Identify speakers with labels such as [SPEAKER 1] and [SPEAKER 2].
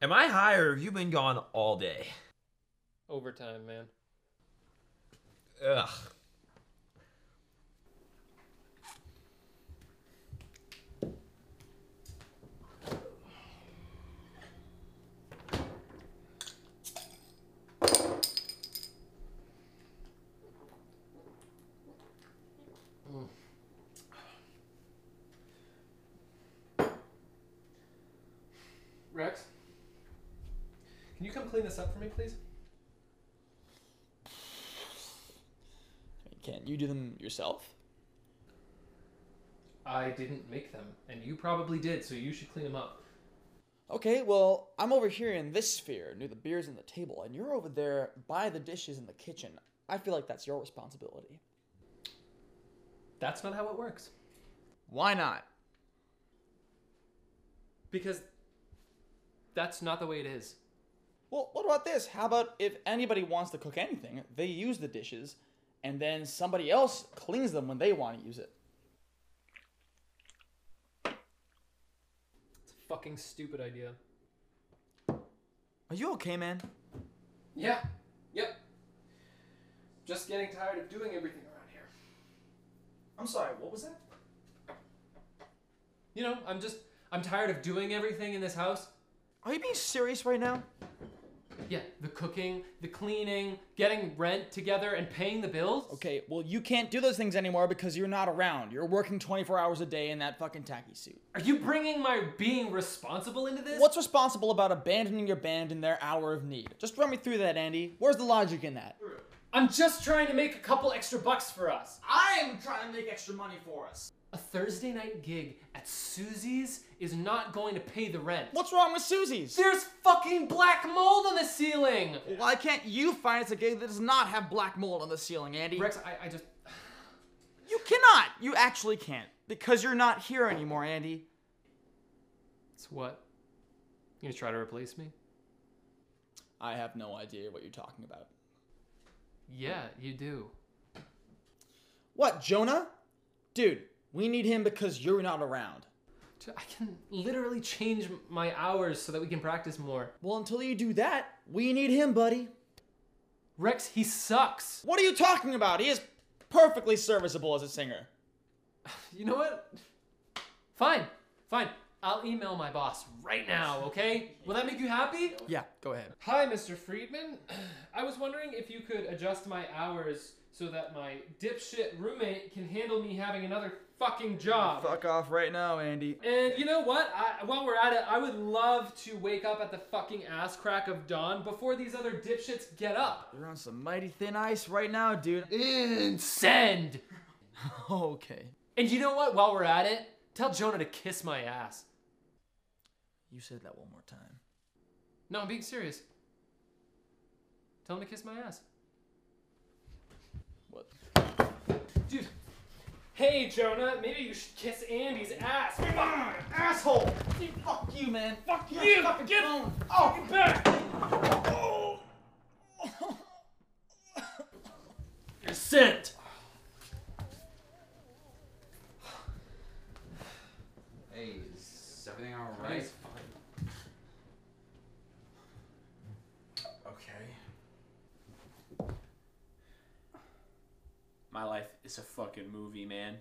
[SPEAKER 1] Am I high or have you been gone all day?
[SPEAKER 2] Overtime, man.
[SPEAKER 1] Ugh.
[SPEAKER 2] Rex, can you come clean this up for me, please?
[SPEAKER 3] Can't you do them yourself?
[SPEAKER 2] I didn't make them, and you probably did, so you should clean them up.
[SPEAKER 3] Okay, well, I'm over here in this sphere, near the beers and the table, and you're over there by the dishes in the kitchen. I feel like that's your responsibility.
[SPEAKER 2] That's not how it works.
[SPEAKER 3] Why not?
[SPEAKER 2] Because that's not the way it is.
[SPEAKER 3] Well, what about this? How about if anybody wants to cook anything, they use the dishes, and then somebody else cleans them when they want to use it.
[SPEAKER 2] It's a fucking stupid idea.
[SPEAKER 3] Are you okay, man?
[SPEAKER 2] Yeah. Yep. Just getting tired of doing everything around here.
[SPEAKER 1] I'm sorry, what was that?
[SPEAKER 2] You know, I'm just I'm tired of doing everything in this house.
[SPEAKER 3] Are you being serious right now?
[SPEAKER 2] Yeah, the cooking, the cleaning, getting rent together and paying the bills.
[SPEAKER 3] Okay, well, you can't do those things anymore because you're not around. You're working 24 hours a day in that fucking tacky suit.
[SPEAKER 2] Are you bringing my being responsible into this?
[SPEAKER 3] What's responsible about abandoning your band in their hour of need? Just run me through that, Andy. Where's the logic in that?
[SPEAKER 2] I'm just trying to make a couple extra bucks for us.
[SPEAKER 3] I'm trying to make extra money for us.
[SPEAKER 2] A Thursday night gig at Susie's is not going to pay the rent.
[SPEAKER 3] What's wrong with Susie's?
[SPEAKER 2] There's fucking black mold on the ceiling!
[SPEAKER 3] Why can't you finance a gig that does not have black mold on the ceiling, Andy?
[SPEAKER 2] Rex, I, I just.
[SPEAKER 3] You cannot! You actually can't. Because you're not here anymore, Andy.
[SPEAKER 2] It's what? You gonna try to replace me?
[SPEAKER 3] I have no idea what you're talking about.
[SPEAKER 2] Yeah, you do.
[SPEAKER 3] What, Jonah? Dude, we need him because you're not around.
[SPEAKER 2] Dude, I can literally change m- my hours so that we can practice more.
[SPEAKER 3] Well, until you do that, we need him, buddy.
[SPEAKER 2] Rex, he sucks!
[SPEAKER 3] What are you talking about? He is perfectly serviceable as a singer.
[SPEAKER 2] You know what? Fine, fine. I'll email my boss right now, okay? Will that make you happy?
[SPEAKER 3] Yeah, go ahead.
[SPEAKER 2] Hi, Mr. Friedman. I was wondering if you could adjust my hours so that my dipshit roommate can handle me having another fucking job.
[SPEAKER 3] Fuck off right now, Andy.
[SPEAKER 2] And you know what? I, while we're at it, I would love to wake up at the fucking ass crack of dawn before these other dipshits get up.
[SPEAKER 3] You're on some mighty thin ice right now, dude.
[SPEAKER 2] And send!
[SPEAKER 3] Okay.
[SPEAKER 2] And you know what? While we're at it, tell Jonah to kiss my ass.
[SPEAKER 3] You said that one more time.
[SPEAKER 2] No, I'm being serious. Tell him to kiss my ass.
[SPEAKER 3] What?
[SPEAKER 2] Dude. Hey, Jonah, maybe you should kiss Andy's ass. Fuck, asshole!
[SPEAKER 3] Fuck you, man. Fuck you.
[SPEAKER 2] You
[SPEAKER 3] fucking
[SPEAKER 2] get
[SPEAKER 3] phone.
[SPEAKER 2] off your back!
[SPEAKER 3] Oh.
[SPEAKER 2] You're sent!
[SPEAKER 4] Hey, is everything
[SPEAKER 2] Right.
[SPEAKER 4] alright?
[SPEAKER 2] fine.
[SPEAKER 4] Okay. My life is a fucking movie, man.